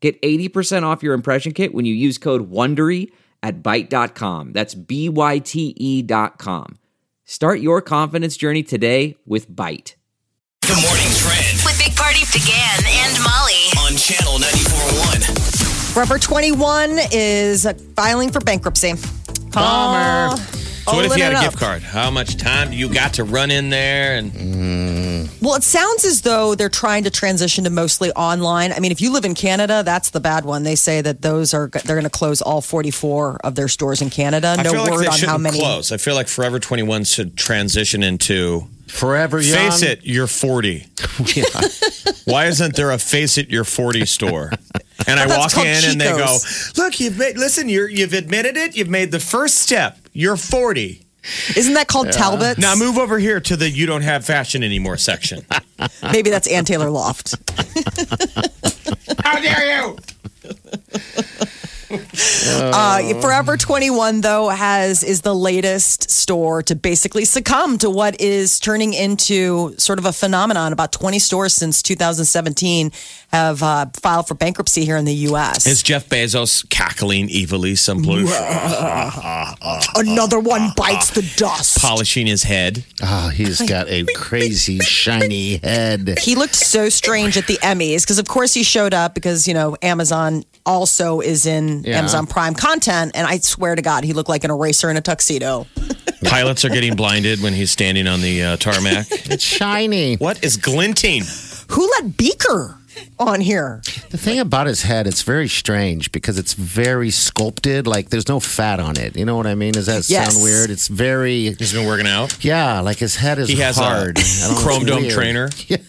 Get 80% off your impression kit when you use code WONDERY at Byte.com. That's B-Y-T-E E dot com. Start your confidence journey today with Byte. The morning trend With Big Party began and Molly. on channel 941. Forever 21 is filing for bankruptcy. Oh, Palmer. So what if you had a gift card? How much time do you got to run in there? And Well, it sounds as though they're trying to transition to mostly online. I mean, if you live in Canada, that's the bad one. They say that those are they're going to close all 44 of their stores in Canada. I no feel like word they on shouldn't how many. close. I feel like Forever 21 should transition into Forever young. Face It, You're 40. Why isn't there a Face It, You're 40 store? And I Well, walk that's in called and they go, Chico's. look, you've made, listen, you're, you've admitted it. You've made the first step. You're 40. Isn't that called Talbot's? Now move over here to the you don't have fashion anymore section. Maybe that's Ann Taylor Loft. How dare you? Uh, Forever 21 though has is the latest store to basically succumb to what is turning into sort of a phenomenon. About 20 stores since 2017 have uh, filed for bankruptcy here in the U.S. Is Jeff Bezos cackling evilly someplace, Another one bites the dust. polishing his head? Oh, he's got a crazy shiny head. he looked so strange at the Emmys because, of course, he showed up because you know Amazon also is in Yeah. Amazon Prime content, and I swear to God, he looked like an eraser in a tuxedo. Pilots are getting blinded when he's standing on the uh, tarmac. It's shiny. What is glinting? Who let Beaker on here? The thing about his head, it's very strange because it's very sculpted. Like there's no fat on it. You know what I mean? Does that Yes. sound weird? It's very He's been working out. yeah. Like his head is He has hard. a I don't know, chrome it's dome weird. trainer. Getting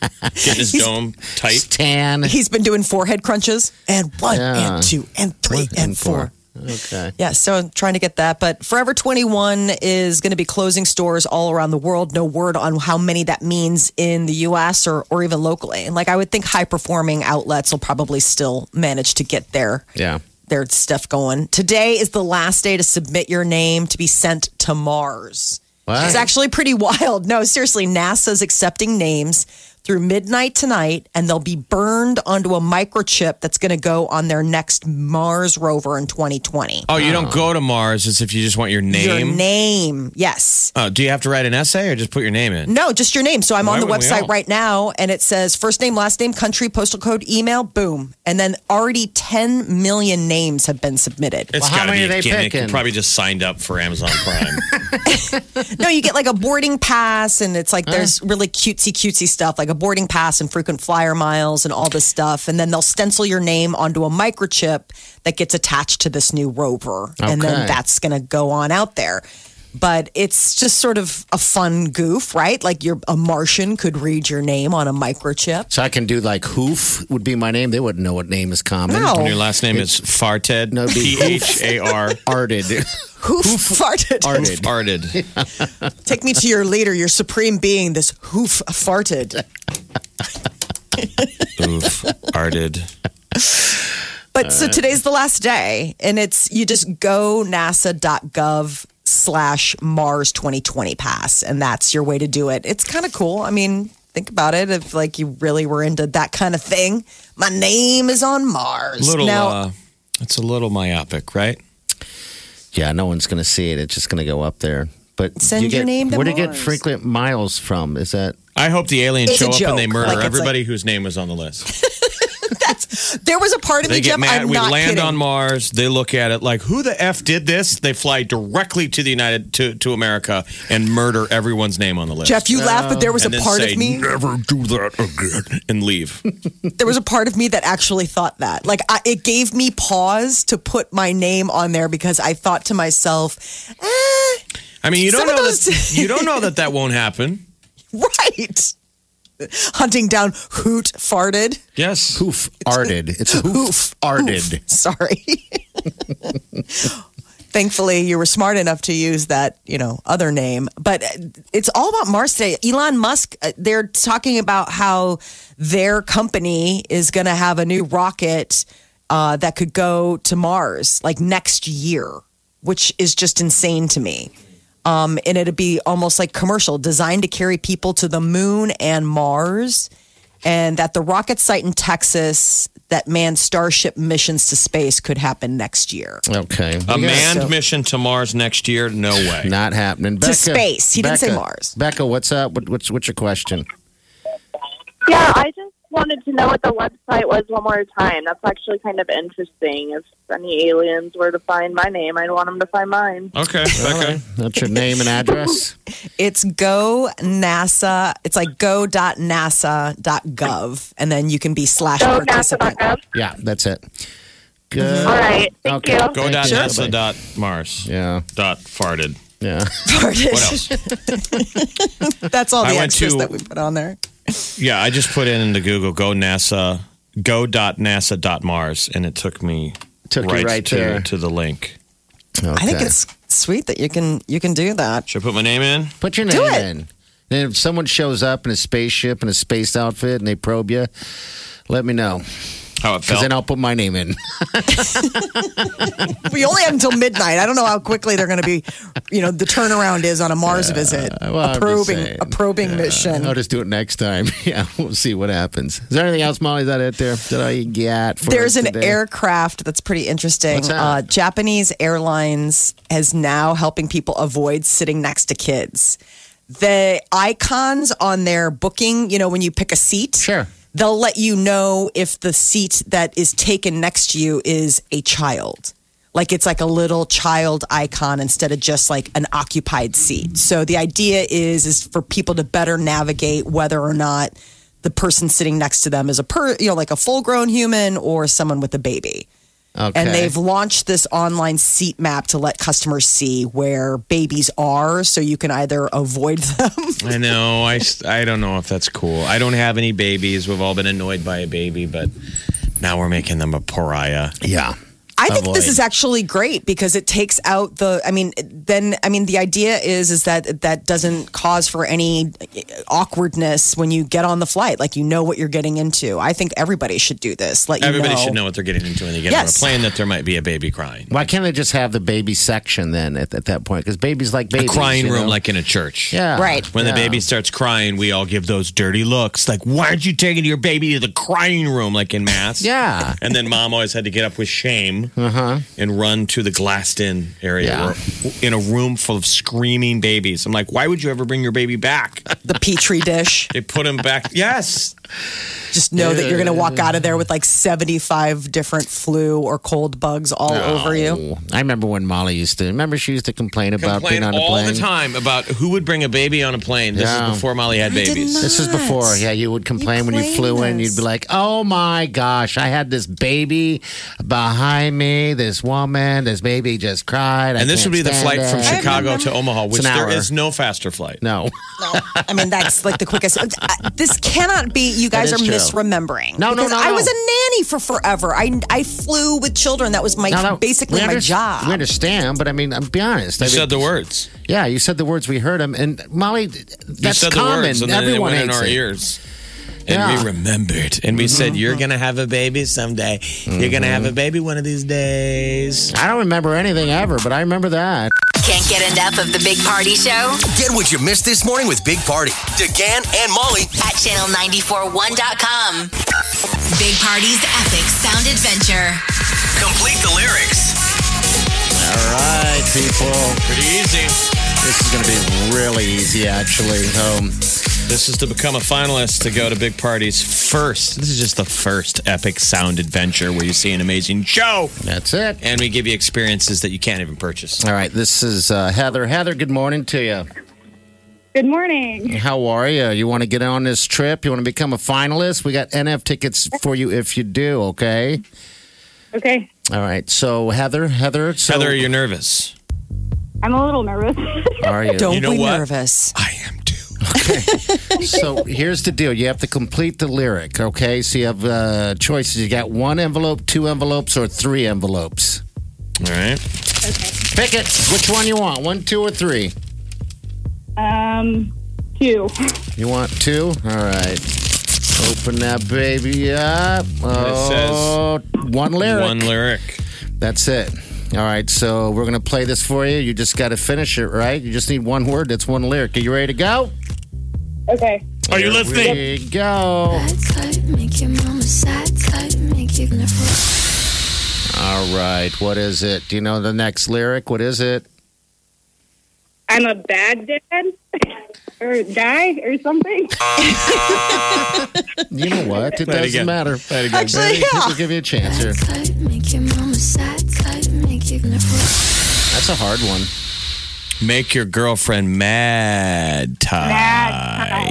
his dome It's tight. tan. He's been doing forehead crunches and one Yeah. and two and three One and, and four. four. Okay. Yeah, so I'm trying to get that. But Forever 21 is going to be closing stores all around the world. No word on how many that means in the US or, or even locally. And like I would think high performing outlets will probably still manage to get their, Yeah. their stuff going. Today is the last day to submit your name to be sent to Mars. What? It's actually pretty wild. No, seriously, NASA's accepting names through midnight tonight, and they'll be burned onto a microchip that's going to go on their next Mars rover in 2020. Oh, you don't go to Mars. It's if you just want your name. Your name, yes. Oh, do you have to write an essay or just put your name in? No, just your name. So I'm Why on the wouldn't we website all? right now, and it says first name, last name, country, postal code, email, boom. And then already 10 million names have been submitted. It's Well, how gotta many be a are they gimmick. You picking? probably just signed up for Amazon Prime. no, you get like a boarding pass, and it's like there's really cutesy, cutesy stuff, like a boarding pass and frequent flyer miles and all this stuff. And then they'll stencil your name onto a microchip that gets attached to this new rover. And then Okay. that's going to go on out there. But it's just sort of a fun goof, right? Like you're a Martian could read your name on a microchip. So I can do like hoof would be my name. They wouldn't know what name is common. No. and your last name is Farted. Oh. No, it'd be- P H A E R. Arted. Who farted? Farted. Farted. Take me to your leader, your supreme being, this hoof farted. Oof. Arted. But so today's the last day, and it's you just go nasa.gov slash Mars 2020 pass, and that's your way to do it. It's kind of cool. I mean, think about it. If like you really were into that kind of thing, my name is on Mars. Little. now, uh, it's a little myopic, right? Yeah, no one's going to see it. It's just going to go up there. But Send you your get- name to Where do you get Mars. frequent miles from? Is that I hope the aliens It's show a up and they joke. murder Like, it's everybody whose name was on the list. there was a part of They me, get Jeff. mad. I'm we not land kidding. on Mars. They look at it like, "Who the f did this?" They fly directly to the United to, to America and murder everyone's name on the list. Jeff, you laugh, but there was Oh, and a then part say, of me. "Never do that again," and leave. there was a part of me that actually thought that. Like, I, it gave me pause to put my name on there because I thought to myself, eh, I mean, you don't Some of know that those- you don't know that that won't happen. right. Hunting down hoot farted. Yes, hoof arted? It's hoof arted. Sorry. Thankfully, you were smart enough to use that, you know, other name. But it's all about Mars today. Elon Musk, uh, they're talking about how their company is going to have a new rocket uh, that could go to Mars like next year, which is just insane to me. Um, and it'd be almost like commercial, designed to carry people to the moon and Mars and that the rocket site in Texas that manned Starship missions to space could happen next year. Okay. A We got- manned so- mission to Mars next year? No way. Not happening. Becca, space. He didn't say Becca- Mars. Becca, what's up? What, what's what's your question? Yeah, I just wanted to know what the website was one more time. That's actually kind of interesting. If any aliens were to find my name, I'd want them to find mine. Okay, Becca. That's your name and address. It's go NASA. It's like go.nasa.gov, and then you can be slash So participant. NASA.gov. Yeah, that's it. Good. All right, thank Okay. you. Go dot Sure. NASA dot Mars Yeah, dot farted. yeah. What else? That's all the I went extras to- that we put on there. Yeah, I just put in into Google go NASA go dot NASA dot Mars and it took me Took you right, right to, there. to the link. I think Okay. it's sweet that you can you can do that. Should I put my name in? put your Do name it. in. And if someone shows up in a spaceship in a space outfit and they probe you, let me know How it because felt. then I'll put my name in. We only have until midnight. I don't know how quickly they're going to be. You know, the turnaround is on a Mars visit, well, a I'm just probing saying. a probing mission. I'll just do it next time. Yeah, we'll see what happens. Is there anything else, Molly? Is that it there? That all you got? For There's us an today? aircraft that's pretty interesting. What's that? Uh, Japanese Airlines is now helping people avoid sitting next to kids. The icons on their booking, you know, when you pick a seat, Sure. they'll let you know if the seat that is taken next to you is a child. Like it's like a little child icon instead of just like an occupied seat. So the idea is is for people to better navigate whether or not the person sitting next to them is a per, you know, like a full grown human or someone with a baby. Okay. And they've launched this online seat map to let customers see where babies are so you can either avoid them. I know. I, s- I don't know if that's cool. I don't have any babies. We've all been annoyed by a baby, but now we're making them a pariah. yeah. I think this Avoid. is actually great because it takes out the I mean then I mean the idea is is that that doesn't cause for any awkwardness when you get on the flight like you know what you're getting into. I think everybody should do this. Let you Everybody should know what they're getting into when they get Yes. on a plane that there might be a baby crying. Why can't they just have the baby section then at, at that point? Because babies like A babies. crying you room, know? like in a church. yeah, Right. When the Yeah. baby starts crying, we all give those dirty looks. Like, why aren't you taking your baby to the crying room, like in mass? Yeah. And then mom always had to get up with shame and run to the glassed in area Uh-huh. Yeah. where- in a room full of screaming babies. I'm like, why would you ever bring your baby back? the petri dish. They put him back. Yes. Just know that you're going to walk out of there with like 75 different flu or cold bugs all over you. I remember when Molly used to. Remember she used to complain about complain being on a all plane. the time about who would bring a baby on a plane. This Yeah. is before Molly had babies. This is before, yeah. You would complain when you flew in. You'd be like, "Oh my gosh, I had this baby behind me. This woman, this baby just cried." I And this would be can't the stand flight from it." Chicago to Omaha, which an there hour. is no faster flight. No, I mean, that's like the quickest. uh, This cannot be. You guys are That is true. misremembering. No, no, Because no, I no. was a nanny for forever. I I flew with children. That was my no, no. basically We my under- job. We understand, but I mean, I'm be honest. I You mean, said the words. Yeah, you said the words. We heard them, and Molly, that's you said common. the words, and then Everyone it went in hates our it. ears. And Yeah. Mm-hmm. we remembered. And we said, You're going to have a baby someday. You're going to have a baby one of these days. I don't remember anything ever, but I remember that. Can't get enough of the Big Party Show Get what you missed this morning with Big Party. DeGan and Molly at channel941.com. Big Party's epic sound adventure. complete the lyrics. All right, people, Pretty easy. this is going to be really easy, actually. Um, This is to become a finalist to go to big parties first. This is just the first epic sound adventure where you see an amazing show. that's it. And we give you experiences that you can't even purchase. All right, this is uh, Heather. Heather, good morning to you. Good morning. How are you? You want to get on this trip? You want to become a finalist? We got NF tickets for you if you do. Okay. Okay, All right. So Heather, Heather, so Heather, you're nervous. I'm a little nervous. are you? Don't You know be what? nervous. I am too. So here's the deal: you have to complete the lyric. Okay. So you have uh, choices. You got one envelope, two envelopes, or three envelopes. All right. Pick it. Which one you want? One, two, or three? Um, two. You want two? All right. Open that baby up. Oh, one lyric. One lyric. That's it. All right, so we're gonna play this for you. You just got to finish it, right? You just need one word. That's one lyric. Are you ready to go? Okay. Are you Here we go. Bad type, make your mama sad type, make you nervous. All right, what is it? Do you know the next lyric? What is it? I'm a bad dad or guy or something. You know what? Play it It doesn't again. matter. Play it again. Actually, We'll yeah. give you a chance here. Bad type, make your mama sad type, make you nervous. That's a hard one. Make your girlfriend mad. Ty.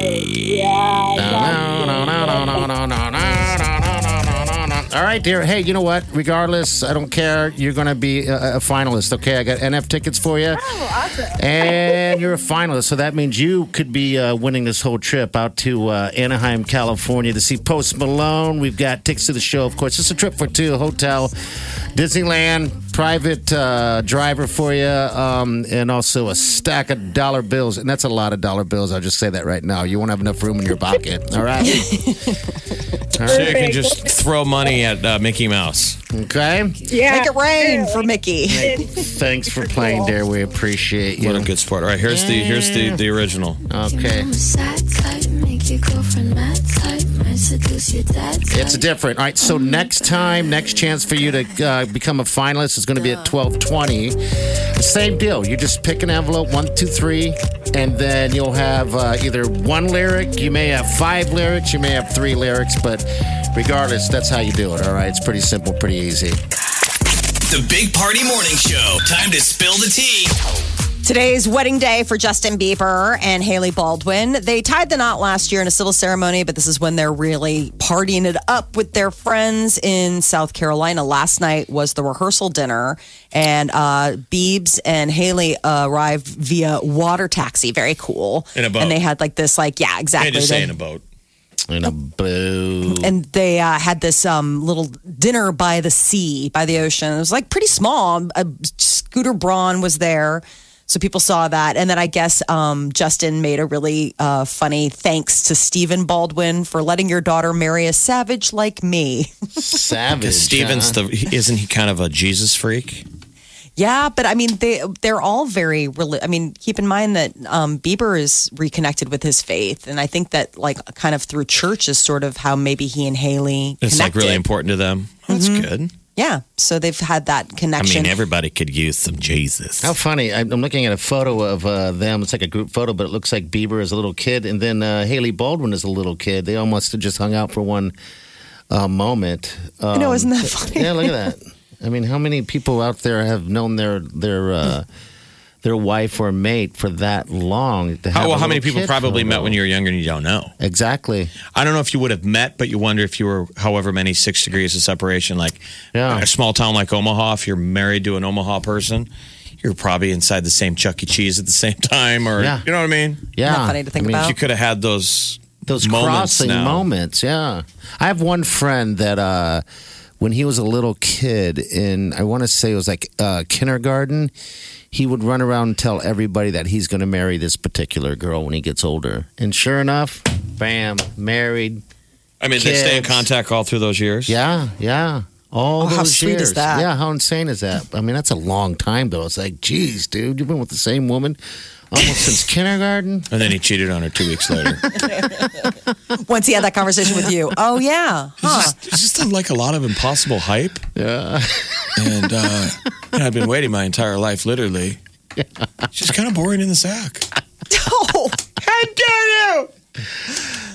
No, no, no, no, no, no, no, no, no, no, no, no, no. All right, dear. Hey, you know what? Regardless, I don't care. You're going to be a, a finalist. Okay, I got NF tickets for you. Oh, awesome. And you're a finalist. So that means you could be uh, winning this whole trip out to uh, Anaheim, California to see Post Malone. We've got tickets to the show, of course. It's a trip for two, hotel, Disneyland, private uh, driver for you, um, and also a stack of dollar bills. And that's a lot of dollar bills. I'll just say that right now. You won't have enough room in your pocket. All right. So you can just throw money at uh, Mickey Mouse. Okay. Yeah. Make it rain for Mickey. Thanks for playing, dear. We appreciate What a you. good sport. All right, here's the here's the the original. Okay. Mama sad type, make your girlfriend mad type, might seduce your dad type. It's different. All right. So next time, next chance for you to uh, become a finalist is going to be at twelve twenty. Same deal. You just pick an envelope, one, two, three, and then you'll have uh, either one lyric. You may have five lyrics. You may have three lyrics. But regardless, that's how you do it. All right. It's pretty simple, pretty easy. The Big Party Morning Show. Time to spill the tea. Today's wedding day for Justin Bieber and Haley Baldwin. They tied the knot last year in a civil ceremony, but this is when they're really partying it up with their friends in South Carolina. Last night was the rehearsal dinner, and uh, Biebs and Haley uh, arrived via water taxi. Very cool. In a boat. And they had like this, like yeah, I exactly. just They- say in a boat. And a boo. and they uh, had this um, little dinner by the sea, by the ocean. It was like pretty small. Uh, Scooter Braun was there. So people saw that. And then I guess um, Justin made a really uh, funny thanks to Stephen Baldwin for letting your daughter marry a savage like me. Savage. Steven's the huh? he- isn't he kind of a Jesus freak? yeah, but I mean, they, they're all very, reli- I mean, keep in mind that um, Bieber is reconnected with his faith. And I think that, like, kind of through church is sort of how maybe he and Haley connected. It's like really important to them. That's good. Yeah. So they've had that I connection. mean, everybody could use some Jesus. How funny. I'm I'm looking at a photo of uh, them. It's like a group photo, but it looks like Bieber is a little kid, and then uh, Haley Baldwin is a little kid. They almost have just hung out for one uh, moment. Uh, I know, isn't that funny? yeah, look at that. I mean, how many people out there have known their their uh, their wife or mate for that long? to have Oh, a well, how little many people kid probably met photo? when you were younger and you don't know? Exactly. I don't know if you would have met, but you wonder if you were however many six degrees of separation, like Yeah. a small town like Omaha, if you're married to an Omaha person, you're probably inside the same Chuck E. Cheese at the same time, or Yeah. you know what I mean? Yeah. Not funny to think I mean, about. You could have had those those moments crossing now. moments. Yeah, I have one friend that uh, when he was a little kid in I want to say it was like uh, kindergarten, he would run around and tell everybody that he's going to marry this particular girl when he gets older. And sure enough, bam, married. I mean, they stay in Kids. contact all through those years. Yeah, yeah. All Oh, those how sweet is years. that? Yeah, how insane is that? I mean, that's a long time though. It's like, geez, dude, you've been with the same woman almost since kindergarten. And then he cheated on her two weeks later. once he had that conversation with you. Oh yeah, huh? It's just like a lot of impossible hype. Yeah. And, uh, and I've been waiting my entire life, literally. She's kind of boring in the sack. Oh, how dare you!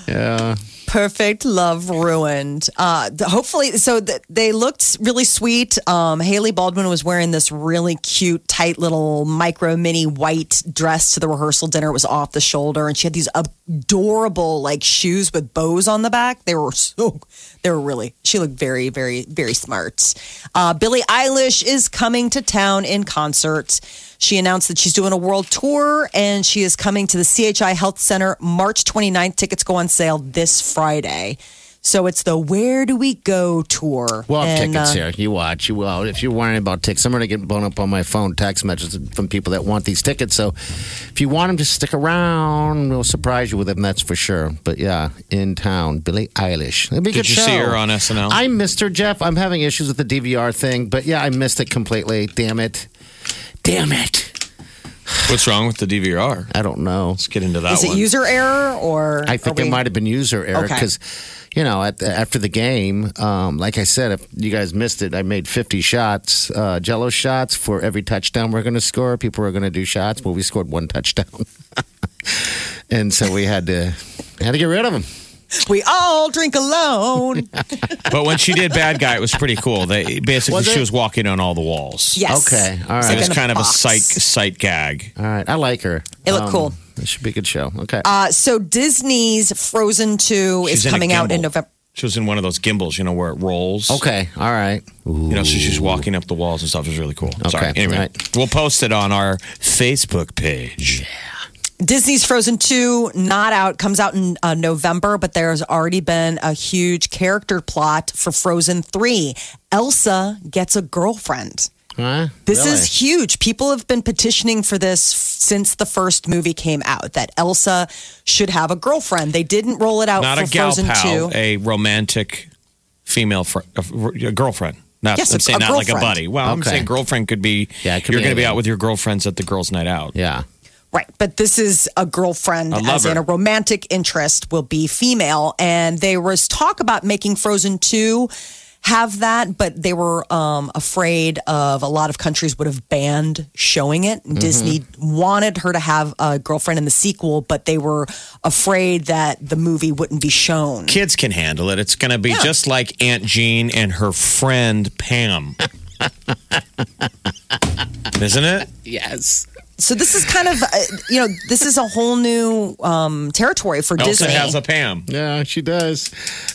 Yeah. Perfect love ruined. Uh, th- hopefully, so th- they looked really sweet. Um, Haley Baldwin was wearing this really cute, tight little micro mini white dress to the rehearsal dinner. It was off the shoulder, and she had these adorable like shoes with bows on the back. They were so. They were really. She looked very, very, very smart. Uh, Billie Eilish is coming to town in concert. She announced that she's doing a world tour and she is coming to the CHI Health Center March 29th. Tickets go on sale this Friday. So it's the Where Do We Go tour. We'll have And, tickets uh, here. You watch. You will. If you're worrying about tickets, I'm going to get blown up on my phone text messages from people that want these tickets. So if you want them to stick around, we'll surprise you with them. That's for sure. But yeah, in town, Billie Eilish. It'll be a Did good you show. see her on SNL? I missed her, Jeff. I'm having issues with the DVR thing, but yeah, I missed it completely. Damn it. Damn it. What's wrong with the DVR? I don't know. Let's get into that Is it one. user error or? I are think there we- might have been user error Okay. because, you know, at the, after the game, um, like I said, if you guys missed it, I made 50 shots, uh, jello shots for every touchdown we're going to score. People are going to do shots. Well, we scored one touchdown. and so we had to had to get rid of them. We all drink alone. but when she did Bad Guy, it was pretty cool. They basically Was she it? was walking on all the walls. yes. Okay, all It's right. It was in kind of a box. sight sight gag. All right. I like her. It looked cool. This should be a good show. Okay. Uh, so Disney's Frozen 2 She's is in a coming out in gimbal. November. She was in one of those gimbals, you know, where it rolls. okay. All right. You know, so she's walking up the walls and stuff. It was really cool. Sorry. Okay. Anyway, All right. we'll post it on our Facebook page. Disney's Frozen 2 not out comes out in uh, November, but there's already been a huge character plot for Frozen 3. Elsa gets a girlfriend. Huh? This Really? is huge. People have been petitioning for this f- since the first movie came out that Elsa should have a girlfriend. They didn't roll it out Not Oh, for a gal Frozen 2. pal, a romantic female fr- a fr- a girlfriend. Not, Yes, I'm a- saying a not like a girlfriend. buddy. Well, I'm Okay. saying girlfriend could be. Yeah, it could you're going be to be anything. out with your girlfriends at the girls' night out. Yeah. Right. But this is a girlfriend, A as in lover. a romantic interest will be female. And there was talk about making Frozen 2 have that, but they were um, afraid of a lot of countries would have banned showing it. Mm-hmm. And Disney wanted her to have a girlfriend in the sequel, but they were afraid that the movie wouldn't be shown. Kids can handle it. It's going to be just like Aunt Jean and her friend Pam. Isn't it? Yes. So this is kind of, uh, you know, this is a whole new um, territory for Elsa Disney. has a Pam. Yeah, she does.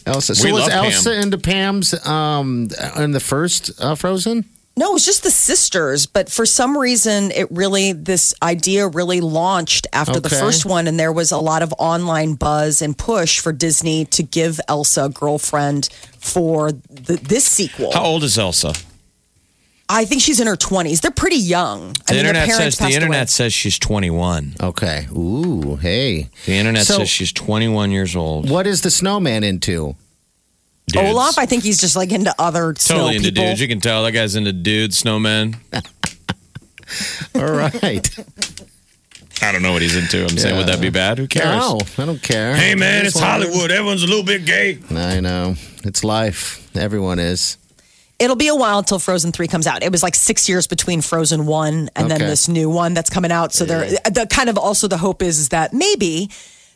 Elsa. So We was love Pam. Elsa into Pam's um, in the first uh, Frozen? No, it was just the sisters, but for some reason, it really, this idea really launched after the Okay. first one, and there was a lot of online buzz and push for Disney to give Elsa a girlfriend for the, this sequel. How old is Elsa? I think she's in her 20s. They're pretty young. The I mean, their internet says parents the passed internet away. says she's 21. Okay. Ooh, hey. The internet So- says she's 21 years old. What is the snowman into? Dudes. Olaf, I think he's just like into other totally snow into people. dudes. You can tell that guy's into dudes, snowmen. All right. I don't know what he's into. I'm saying, would that be bad? Who cares? no, I don't care. Oh. Hey man, Just it's wanted- Hollywood. Everyone's a little bit gay. I know. It's life. Everyone is. It'll be a while until Frozen 3 comes out. It was like six years between Frozen 1 and then Okay. this new one that's coming out. So there, the kind of also the hope is, is that maybe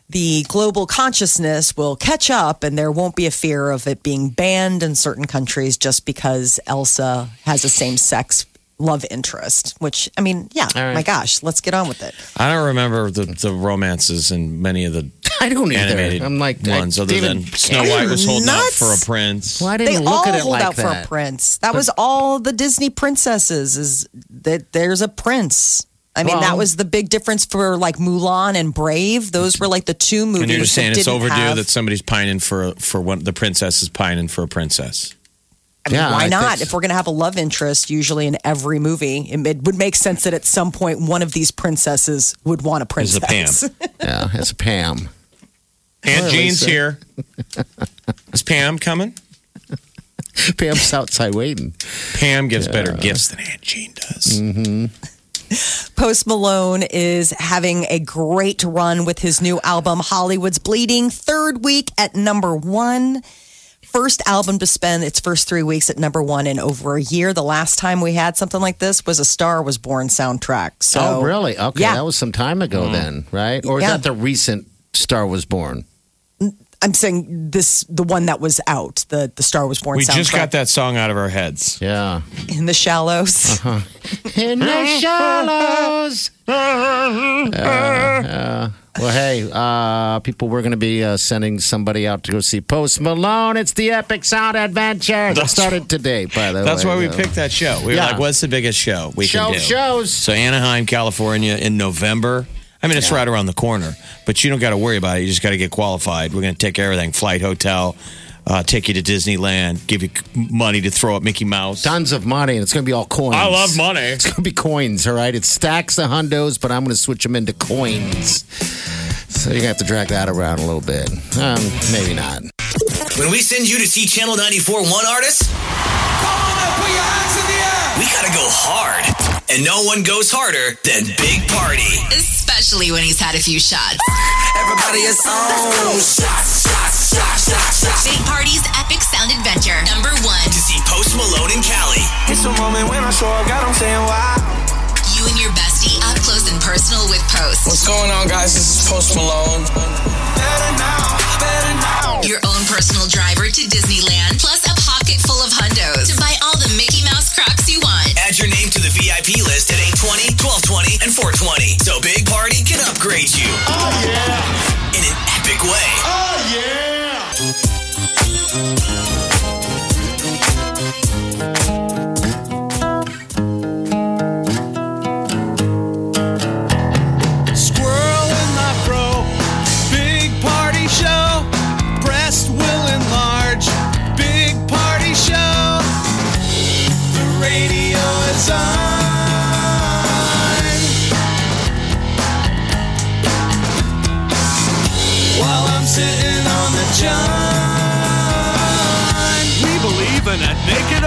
the global consciousness will catch up and there won't be a fear of it being banned in certain countries just because Elsa has a same sex love interest, which, I mean, yeah, my gosh, let's get on with it. I don't remember the, the romances in many of the I don't either. animated I'm like ones, I, other David, than Snow White was holding out nuts? for a prince. Well, I They didn't all look at it hold like out that. for a prince. That was all the Disney princesses is that there's a prince. I mean, that Well- was the big difference for like Mulan and Brave. Those were like the two movies. And you're just saying that it's didn't overdue have- that somebody's pining for for one. The princess is pining for a princess. I mean, Yeah, why I not? think- If we're going to have a love interest, usually in every movie, it, it would make sense that at some point one of these princesses would want a Is princess. the Pam? Yeah, it's Pam. Aunt Jean's Lisa. here. Is Pam coming? Pam's outside waiting. Pam gives better gifts than Aunt Jean does. Post Malone is having a great run with his new album, Hollywood's Bleeding, third week at number one. First album to spend its first three weeks at number one in over a year. The last time we had something like this was a Star Was Born soundtrack. So, Oh, really? Okay, Yeah. that was some time Mm. ago then, right? Or is Yeah. that the recent Star was born? I'm saying this, the one that was out, the, the Star Was Born We soundtrack just got that song out of our heads. Yeah. in the shallows. In the shallows. Uh, Well, hey, uh, people, we're going to be uh, sending somebody out to go see Post Malone. It's the Epic Sound Adventure. That That's- started today, by the way. That's why we Uh, picked that show. We were Yeah. like, what's the biggest show we Show- can do? shows. So Anaheim, California in November. I mean, it's right around the corner, but you don't got to worry about it. You just got to get qualified. We're going to take everything flight, hotel, uh, take you to Disneyland, give you c- money to throw at Mickey Mouse. Tons of money, and it's going to be all coins. I love money. It's going to be coins, all right? It's stacks of hundos, but I'm going to switch them into coins. So you're going to have to drag that around a little bit. Um, maybe not. When we send you to see Channel 94 One artists, we gotta go hard. And no one goes harder than Big Party. especially when he's had a few shots. Everybody is on. Shot, shot, shot, shot, shot. Big Party's epic sound adventure, number one. To see Post Malone and Cali. It's a moment when I show up, God, I'm saying wow. You and your bestie up close and personal with Post. What's going on, guys? This is Post Malone. Better now, better now. Your own personal driver to Disneyland, plus a pocket full of hundos to buy all the Mickey Mouse Crocs you want. Add your name to the VIP list at 820, 1220, and 420. So Big Party can upgrade you. Oh, yeah. In an epic way. Oh, Squirrel in my fro. Big party show. Breast will enlarge. Big party show. The radio is on. While I'm sitting on the john. We believe in a naked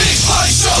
Big party show.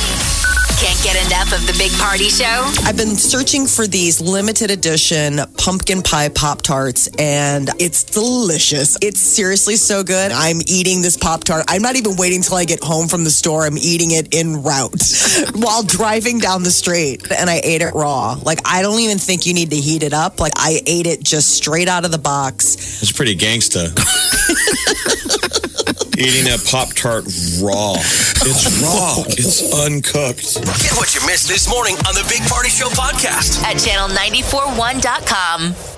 Can't get enough of the Big Party Show? I've been searching for these limited edition pumpkin pie Pop Tarts, and it's delicious. It's seriously so good. I'm eating this Pop Tart. I'm not even waiting till I get home from the store. I'm eating it en route while driving down the street, and I ate it raw. Like, I don't even think you need to heat it up. Like, I ate it just straight out of the box. It's pretty gangsta. Eating that Pop Tart raw. It's raw. It's uncooked. Get what you missed this morning on the Big Party Show podcast. At channel941.com.